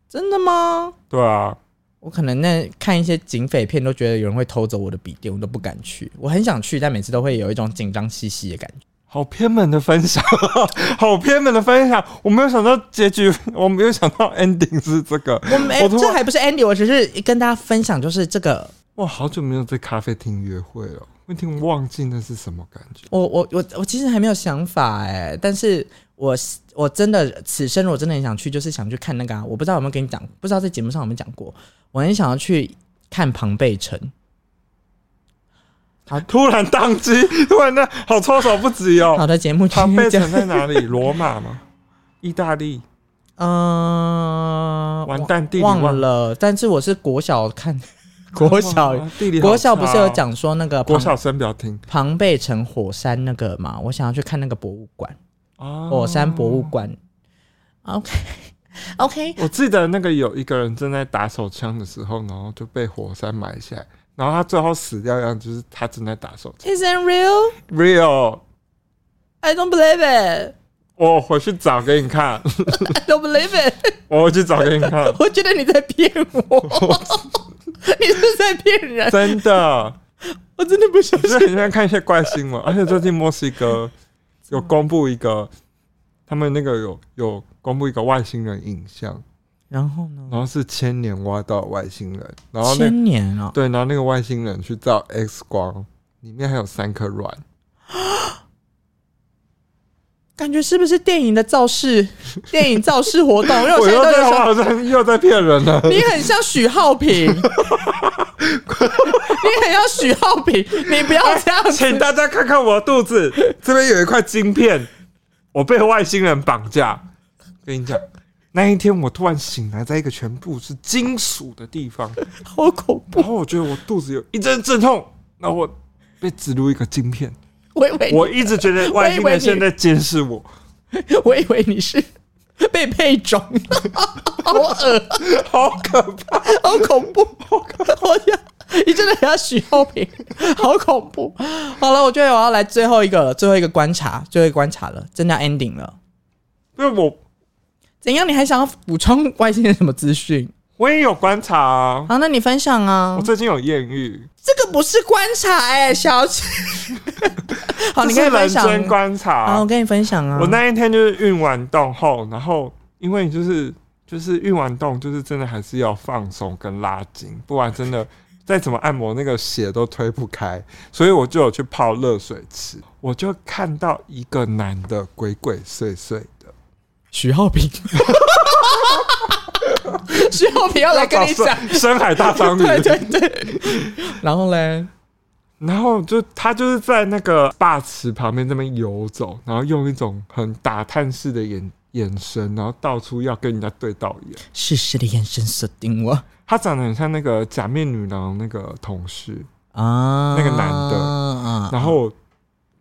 Speaker 4: 真的吗？
Speaker 2: 对啊，
Speaker 4: 我可能那看一些警匪片都觉得有人会偷走我的笔电，我都不敢去。我很想去，但每次都会有一种紧张兮兮的感觉。
Speaker 2: 好偏门的分享，啊 好偏门的分享。我没有想到结局，我没有想到 ending 是这个。
Speaker 4: 我没，
Speaker 2: 我突
Speaker 4: 哎这
Speaker 2: 然
Speaker 4: 还不是 Andy，我只是跟大家分享，就是这个，
Speaker 2: 哇，好久没有在咖啡厅约会了，我已经忘记那是什么感觉。
Speaker 4: 我我我我其实还没有想法哎、但是我我真的此生我真的很想去，就是想去看那个、啊，我不知道有没有跟你讲，不知道在节目上有没有讲过，我很想要去看庞贝城。
Speaker 2: 突然宕机，突然那好措手不及哦。
Speaker 4: 好的，节目就
Speaker 2: 庞贝
Speaker 4: 是这样
Speaker 2: 城。在哪里？罗 马吗？意大利？
Speaker 4: 嗯，
Speaker 2: 完蛋地理
Speaker 4: 忘
Speaker 2: 忘
Speaker 4: 了。但是我是国小 看，国小
Speaker 2: 哇哦地理好
Speaker 4: 国小不是有
Speaker 2: 差哦
Speaker 4: 讲说那个
Speaker 2: 国
Speaker 4: 庞
Speaker 2: 小生不要听
Speaker 4: 庞贝城火山那个嘛？我想要去看那个博物馆，
Speaker 2: 啊
Speaker 4: 火山博物。馆。OK OK，
Speaker 2: 我记得那个有一个人正在打手枪的时候，然后就被火山埋下来，然后他最后死掉一样，就是他正在打手枪。
Speaker 1: Isn't real?
Speaker 2: Real，
Speaker 1: I don't believe it.
Speaker 2: 我回去找给你看，
Speaker 1: I don't believe it.
Speaker 2: 我回去找给你看，
Speaker 1: 我觉得你在骗 我，你是在骗人。
Speaker 2: 真的，
Speaker 1: 我真的不想
Speaker 2: 我就是很喜欢看一些怪新闻，而且最近墨西哥有公布一个，他们那个有有公布一个外星人影像，
Speaker 4: 然后呢？
Speaker 2: 然后是千年挖到的外星人，然后那个
Speaker 4: 千年啊、
Speaker 2: 对，然后那个外星人去照 X 光，里面还有三颗卵。
Speaker 4: 感觉是不是电影的造 势电影造势活动？因为我
Speaker 2: 我
Speaker 4: 现
Speaker 2: 又
Speaker 4: 在都在
Speaker 2: 在，我
Speaker 4: 想，
Speaker 2: 好像又在骗人了。
Speaker 4: 你很像许浩 平，你很像许浩平，你不要这样子。
Speaker 2: 请大家看看我的肚子，这边有一块晶片，我被外星人绑架。跟你讲，那一天我突然醒来，在一个全部是金属的地方，
Speaker 4: 好恐怖！
Speaker 2: 然后我觉得我肚子有一阵阵痛，然后我被植入一个晶片，
Speaker 4: 我以为
Speaker 2: 我一直觉得外星人现在监视我。
Speaker 4: 你我以为你是被配种， 好恶，
Speaker 2: 好可怕！
Speaker 4: 好恐怖，好恐怖！我要你真的很要许浩平，好恐怖。好了，我觉得我要来最后一个了，最后一个观察，最后一个观察了，真的要 ending 了。
Speaker 2: 因为我
Speaker 4: 怎样？你还想要补充外星人什么资讯？
Speaker 2: 我也有观察、啊，
Speaker 4: 好，那你分享啊
Speaker 2: 我。最近有艳遇，
Speaker 4: 这个不是观察哎、小 姐。好，哦你
Speaker 2: 这
Speaker 4: 可以
Speaker 2: 是
Speaker 4: 分
Speaker 2: 人
Speaker 4: 享。
Speaker 2: 生观察、
Speaker 4: 好，我跟你分享啊。
Speaker 2: 我那一天就是运完动后，然后因为就是就是运完动，就是真的还是要放松跟拉筋，不然真的再怎么按摩，那个血都推不开，所以我就有去泡热水池，我就看到一个男的鬼鬼祟祟的，
Speaker 4: 徐浩 平，
Speaker 1: 徐浩平要来跟你
Speaker 2: 找
Speaker 1: 讲，
Speaker 2: 深深海大章鱼，
Speaker 1: 对对对，
Speaker 4: 然后嘞，
Speaker 2: 然后就他就是在那个坝池旁边这边游走，然后用一种很打探式的眼眼神，然后到处要跟人家对到眼。
Speaker 4: 适时的眼神锁定我
Speaker 2: 他长得很像那个假面女郎那个同事，
Speaker 4: 啊，
Speaker 2: 那个男的
Speaker 4: 啊，
Speaker 2: 然后我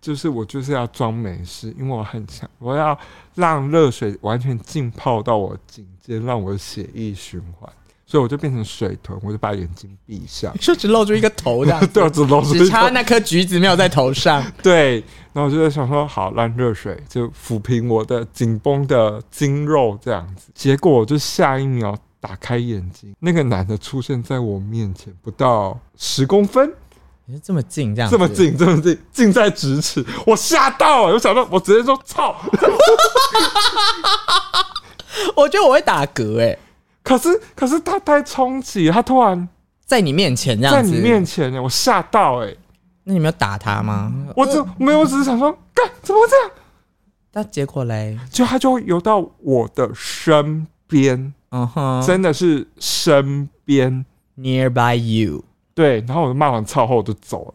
Speaker 2: 就是我就是要装没事，因为我很想我要让热水完全浸泡到我颈间，让我血液循环，所以我就变成水豚，我就把眼睛闭上，
Speaker 4: 就只露出一个头这样
Speaker 2: 对，我啊只露出一
Speaker 4: 只差
Speaker 2: 个
Speaker 4: 那颗橘子没有在头上。
Speaker 2: 对，然后我就在想说，好，让热水就抚平我的紧绷的筋肉这样子。结果我就下一秒打开眼睛，那个男的出现在我面前，不到十公分，
Speaker 4: 你是这么近这样，
Speaker 2: 这么，近，这么近，近在咫尺，我吓到、了，我想到，我直接说操！
Speaker 4: 我觉得我会打嗝哎、
Speaker 2: 可是，可是他太冲击，他突然
Speaker 4: 在你面前这样
Speaker 2: 在
Speaker 4: 子，
Speaker 2: 你面前，我吓到、欸，
Speaker 4: 那你没有打他吗？
Speaker 2: 我只没有，我只是想说，干怎么会这样？
Speaker 4: 那结果嘞，
Speaker 2: 就他就游到我的身边，
Speaker 4: 嗯哼
Speaker 2: 真的是身边。
Speaker 4: ，nearby you，
Speaker 2: 对，然后我就骂完操后我就走了，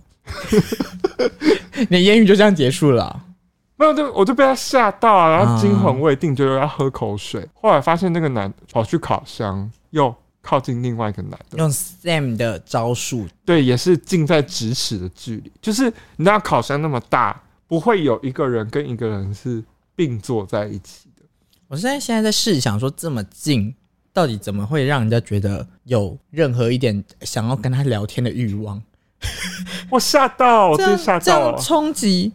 Speaker 4: 你的艳遇就这样结束了。
Speaker 2: 没有就我就被他吓到啊，然后惊魂未定，觉得要喝口水。后来发现那个男跑去烤箱，又靠近另外一个男的，
Speaker 4: 用 Sam 的招数，
Speaker 2: 对，也是近在咫尺的距离。就是你知道烤箱那么大，不会有一个人跟一个人是并坐在一起的。
Speaker 4: 我现在现在在试想说，这么近，到底怎么会让人家觉得有任何一点想要跟他聊天的欲望？
Speaker 2: 我吓到，我
Speaker 4: 这
Speaker 2: 真的哦吓
Speaker 4: 样这
Speaker 2: 到
Speaker 4: 样
Speaker 2: 了、
Speaker 4: 冲击，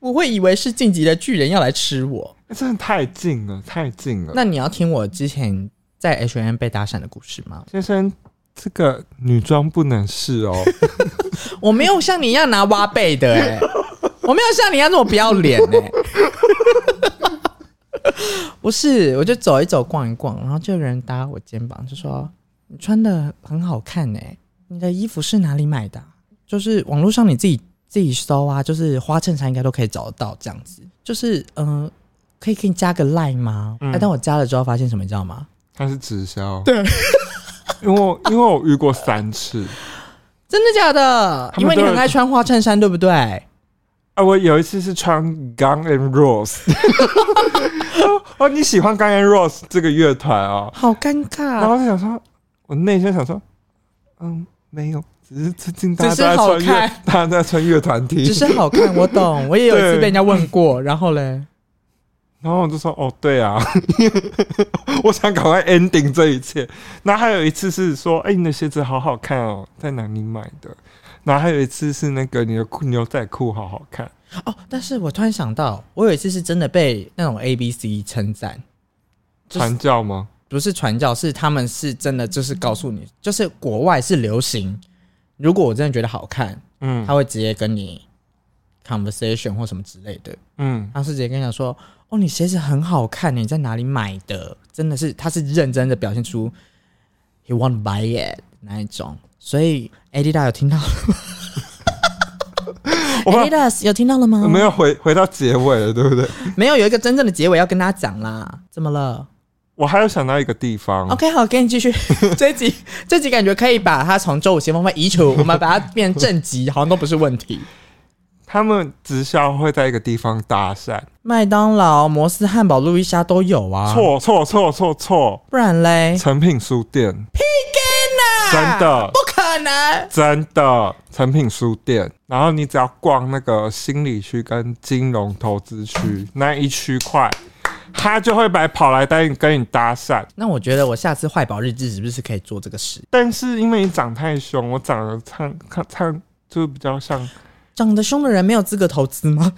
Speaker 4: 我会以为是晋级的巨人要来吃我。
Speaker 2: 欸真的太近了，太近了。
Speaker 4: 那你要听我之前在 H M 被搭讪的故事吗？
Speaker 2: 先生，这个女装不能 试哦。
Speaker 4: 我没有像你一样拿挖背的哎、我没有像你一样那么不要脸哎、 不是，我就走一走逛一逛，然后就有人搭我肩膀，就说你穿的很好看哎、你的衣服是哪里买的啊、就是网络上你自己自己搜啊，就是花衬衫应该都可以找得到这样子。就是嗯、呃可以给你加个 line 吗？哎、
Speaker 2: 嗯
Speaker 4: 但我加了之后发现什么，你知道吗？
Speaker 2: 他是直销，对，因为我因为我遇过三次，
Speaker 4: 真的假的？
Speaker 2: 他们
Speaker 4: 因为你
Speaker 2: 都有
Speaker 4: 很爱穿花衬衫，对不对？
Speaker 2: 啊，我有一次是穿 Gun and Rose，哦 哦，你喜欢 Gun and Rose 这个乐团哦，
Speaker 4: 好尴尬
Speaker 2: 然，后就想说，我内心想说，嗯，没有，只是最近大家
Speaker 4: 只
Speaker 2: 都
Speaker 4: 是
Speaker 2: 在
Speaker 4: 好
Speaker 2: 穿乐
Speaker 4: 看，
Speaker 2: 大家都在穿乐团听
Speaker 4: 只，是好看，我懂。我也有一次
Speaker 2: 对
Speaker 4: 被人家问过，然后嘞，
Speaker 2: 然后我就说，哦，对啊， 我想赶快 ending 这一切。然后还有一次是说，哎、你的鞋子好好看哦，在哪里买的？然后还有一次是那个你的裤牛仔裤好好看，
Speaker 4: 哦，但是我突然想到，我有一次是真的被那种 A B C 称赞，就是
Speaker 2: 传教吗？
Speaker 4: 不是传教，是他们是真的就是告诉你，就是国外是流行。如果我真的觉得好看，
Speaker 2: 嗯
Speaker 4: 他会直接跟你 conversation 或什么之类的，
Speaker 2: 嗯，
Speaker 4: 他是直接跟你讲说，哦，你鞋子很好看，欸你在哪里买的？真的是，他是认真的表现出 he want to buy it 那一种。所以 Adidas 有听到
Speaker 2: 我怕
Speaker 4: Adidas 有听到了吗？
Speaker 2: 没有回回到结尾了，对不对？
Speaker 4: 没有有一个真正的结尾要跟大家讲啦。怎么了、
Speaker 2: 我还有想到一个地方
Speaker 4: o k 好，给你 继续。这一集这一集感觉可以把它从周五先锋派移除，我们把它变成正集，好像都不是问题。
Speaker 2: 他们直销会在一个地方搭讪，
Speaker 4: 麦当劳、摩斯汉堡、路易莎都有啊，，
Speaker 2: 错错错错错，
Speaker 4: 不然嘞，
Speaker 2: 诚品书店
Speaker 4: 天
Speaker 2: 真的
Speaker 4: 不可能。
Speaker 2: 真的诚品书店，然后你只要逛那个心理区跟金融投资区那一区块，他就会来跑来跟你跟你搭讪。
Speaker 4: 那我觉得我下次坏宝日志是不是可以做这个事？
Speaker 2: 但是因为你长太凶，我长得看看看就是比较像
Speaker 4: 长得凶的人没有资格投资吗？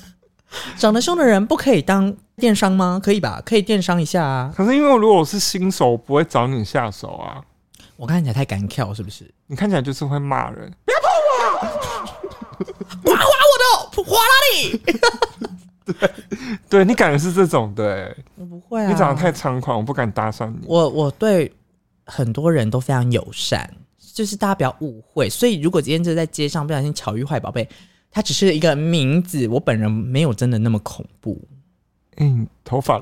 Speaker 4: 长得凶的人不可以当电商吗？可以吧？可以电商一下啊！
Speaker 2: 可是因为如果我是新手，我不会找你下手啊。
Speaker 4: 我看起来太敢跳是不是？
Speaker 2: 你看起来就是会骂人，
Speaker 4: 刮刮我的花拉力！
Speaker 2: 对你感觉是这种的、欸，
Speaker 4: 我不会啊，
Speaker 2: 你长得太猖狂，我不敢搭讪你。
Speaker 4: 我我对很多人都非常友善，就是大家不要误会。所以如果今天就在街上不小心巧遇坏宝贝，它只是一个名字，我本人没有真的那么恐怖。
Speaker 2: 哎、你头发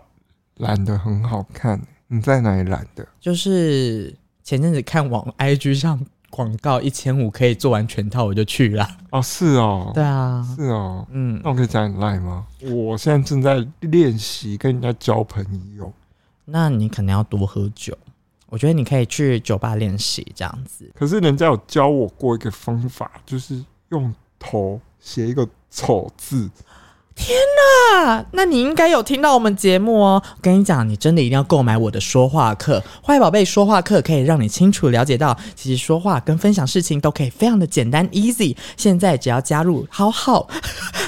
Speaker 2: 染的很好看，你在哪里染的？
Speaker 4: 就是前阵子看网 IG 上广告一千五可以做完全套，我就去了。
Speaker 2: 哦，是哦，
Speaker 4: 对啊，
Speaker 2: 是哦。
Speaker 4: 嗯，
Speaker 2: 那我可以加你 line 吗？我现在正在练习跟人家交朋友。
Speaker 4: 那你可能要多喝酒。我觉得你可以去酒吧练习这样子。
Speaker 2: 可是人家有教我过一个方法，就是用头写一个丑字。
Speaker 4: 啊，那你应该有听到我们节目哦。我跟你讲，你真的一定要购买我的说话课。坏宝贝说话课可以让你清楚了解到，其实说话跟分享事情都可以非常的简单 easy。现在只要加入好好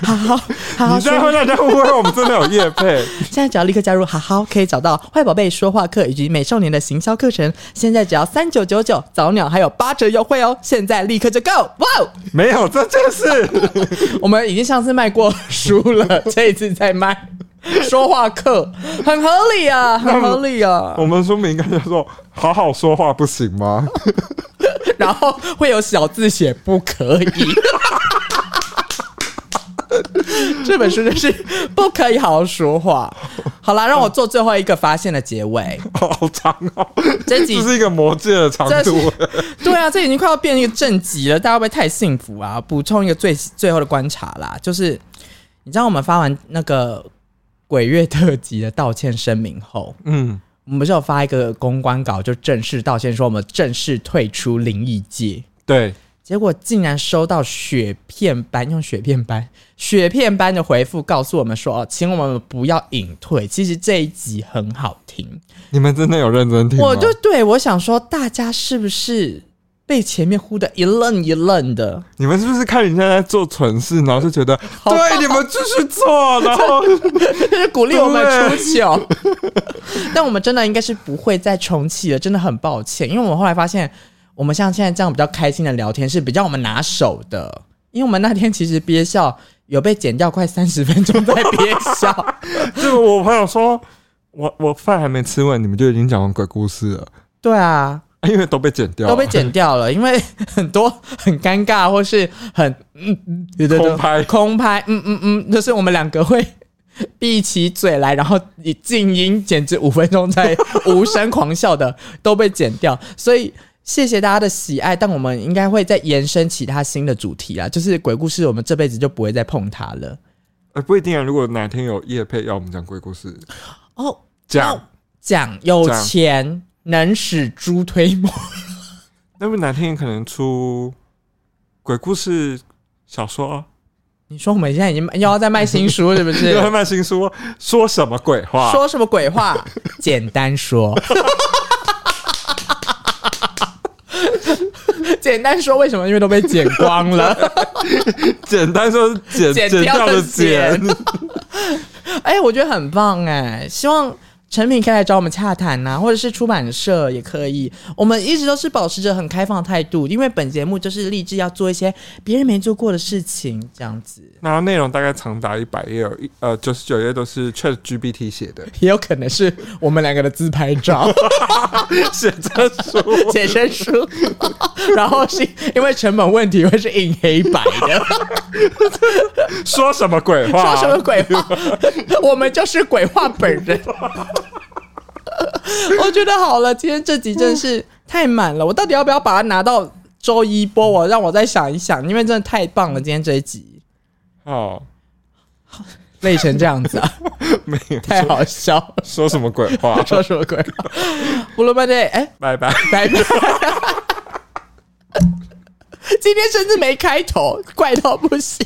Speaker 4: 好好好 好
Speaker 2: 你这样
Speaker 4: 说
Speaker 2: 会，让大家误会我们真的有业配。
Speaker 4: 现在只要立刻加入好好，可以找到坏宝贝说话课以及美少年的行销课程。现在只要三九九九，早鸟还有八折优惠哦。现在立刻就 go！哇哦，
Speaker 2: 没有这件事，
Speaker 4: 我们已经上次卖过书了，这一次再卖。说话课很合理啊，很合理啊。
Speaker 2: 我们书名应该叫做“好好说话”，不行吗？
Speaker 4: 然后会有小字写不可以。 这本书就是不可以好好说话。好啦，让我做最后一个发现的结尾。
Speaker 2: 好长哦，
Speaker 4: 这集
Speaker 2: 这是一个魔戒的长
Speaker 4: 这是
Speaker 2: 度。
Speaker 4: 对啊，这已经快要变一个正集了，大家会不会太幸福啊？补充一个最最后的观察啦，就是你知道我们发完那个鬼月特辑的道歉声明后，
Speaker 2: 嗯，
Speaker 4: 我们不是有发一个公关稿，就正式道歉说我们正式退出灵异界。
Speaker 2: 对，
Speaker 4: 结果竟然收到雪片般用雪片般雪片般的回复，告诉我们说：“哦，请我们不要隐退。”其实这一集很好听，
Speaker 2: 你们真的有认真听吗？
Speaker 4: 我就对我想说，大家是不是被前面呼的一愣一愣的？
Speaker 2: 你们是不是看人家在做蠢事，然后就觉得
Speaker 4: 好
Speaker 2: 对你们继续做，然后
Speaker 4: 就是鼓励我们出糗。 但我们真的应该是不会再重启了，真的很抱歉，因为我们后来发现，我们像现在这样比较开心的聊天是比较我们拿手的，因为我们那天其实憋笑有被剪掉快三十分钟在憋笑，
Speaker 2: 就我朋友说，我我饭还没吃完，你们就已经讲完鬼故事了，
Speaker 4: 对啊，
Speaker 2: 因为都被剪掉了，
Speaker 4: 都被剪掉 了，因为很多很尴尬或是很嗯嗯对对对
Speaker 2: 空拍
Speaker 4: 空拍嗯嗯嗯，就是我们两个会。闭起嘴来，然后你静音，简直五分钟在无声狂笑的都被剪掉，所以谢谢大家的喜爱。但我们应该会再延伸其他新的主题啊，就是鬼故事，我们这辈子就不会再碰它了。
Speaker 2: 呃，不一定啊。如果哪天有叶配要我们讲鬼故事，
Speaker 4: 哦，
Speaker 2: 讲，
Speaker 4: 讲有
Speaker 2: 讲
Speaker 4: 钱能使猪推磨，
Speaker 2: 那么哪天可能出鬼故事小说，
Speaker 4: 你说我们现在已经又要在卖新书是不 是？
Speaker 2: 要卖新书，说什么鬼话？
Speaker 4: 说什么鬼话？啊 简单说， 简单说，为什么？因为都被剪光 了。
Speaker 2: 简单说是剪
Speaker 4: 剪
Speaker 2: 剪
Speaker 4: 掉
Speaker 2: 掉
Speaker 4: 的
Speaker 2: 的剪，
Speaker 4: 哎、我觉得很棒哎、希望成品可以来找我们洽谈呐、或者是出版社也可以。我们一直都是保持着很开放的态度，因为本节目就是立志要做一些别人没做过的事情，这样子
Speaker 2: 然后内容大概长达一百页哦，一呃九十九页都是 Chat GPT 写 的
Speaker 4: 也有可能是我们两个的自拍 照。
Speaker 2: 写真书，
Speaker 4: 写真书， 然后是因为成本问题会是印黑白的，
Speaker 2: 说什么鬼话？
Speaker 4: 说什么鬼话？我们就是鬼话本人。 我觉得好了，今天这集真是太满了，我到底要不要把它拿到周一播？我让我再想一想，因为真的太棒了，今天这一集
Speaker 2: 哦，
Speaker 4: 累成这样子啊，
Speaker 2: 没有
Speaker 4: 太好笑了，？
Speaker 2: 说什么鬼话
Speaker 4: 说什么鬼话？不伦不类，哎，
Speaker 2: 拜拜。
Speaker 4: 拜拜。 今天甚至没开头，怪到不行。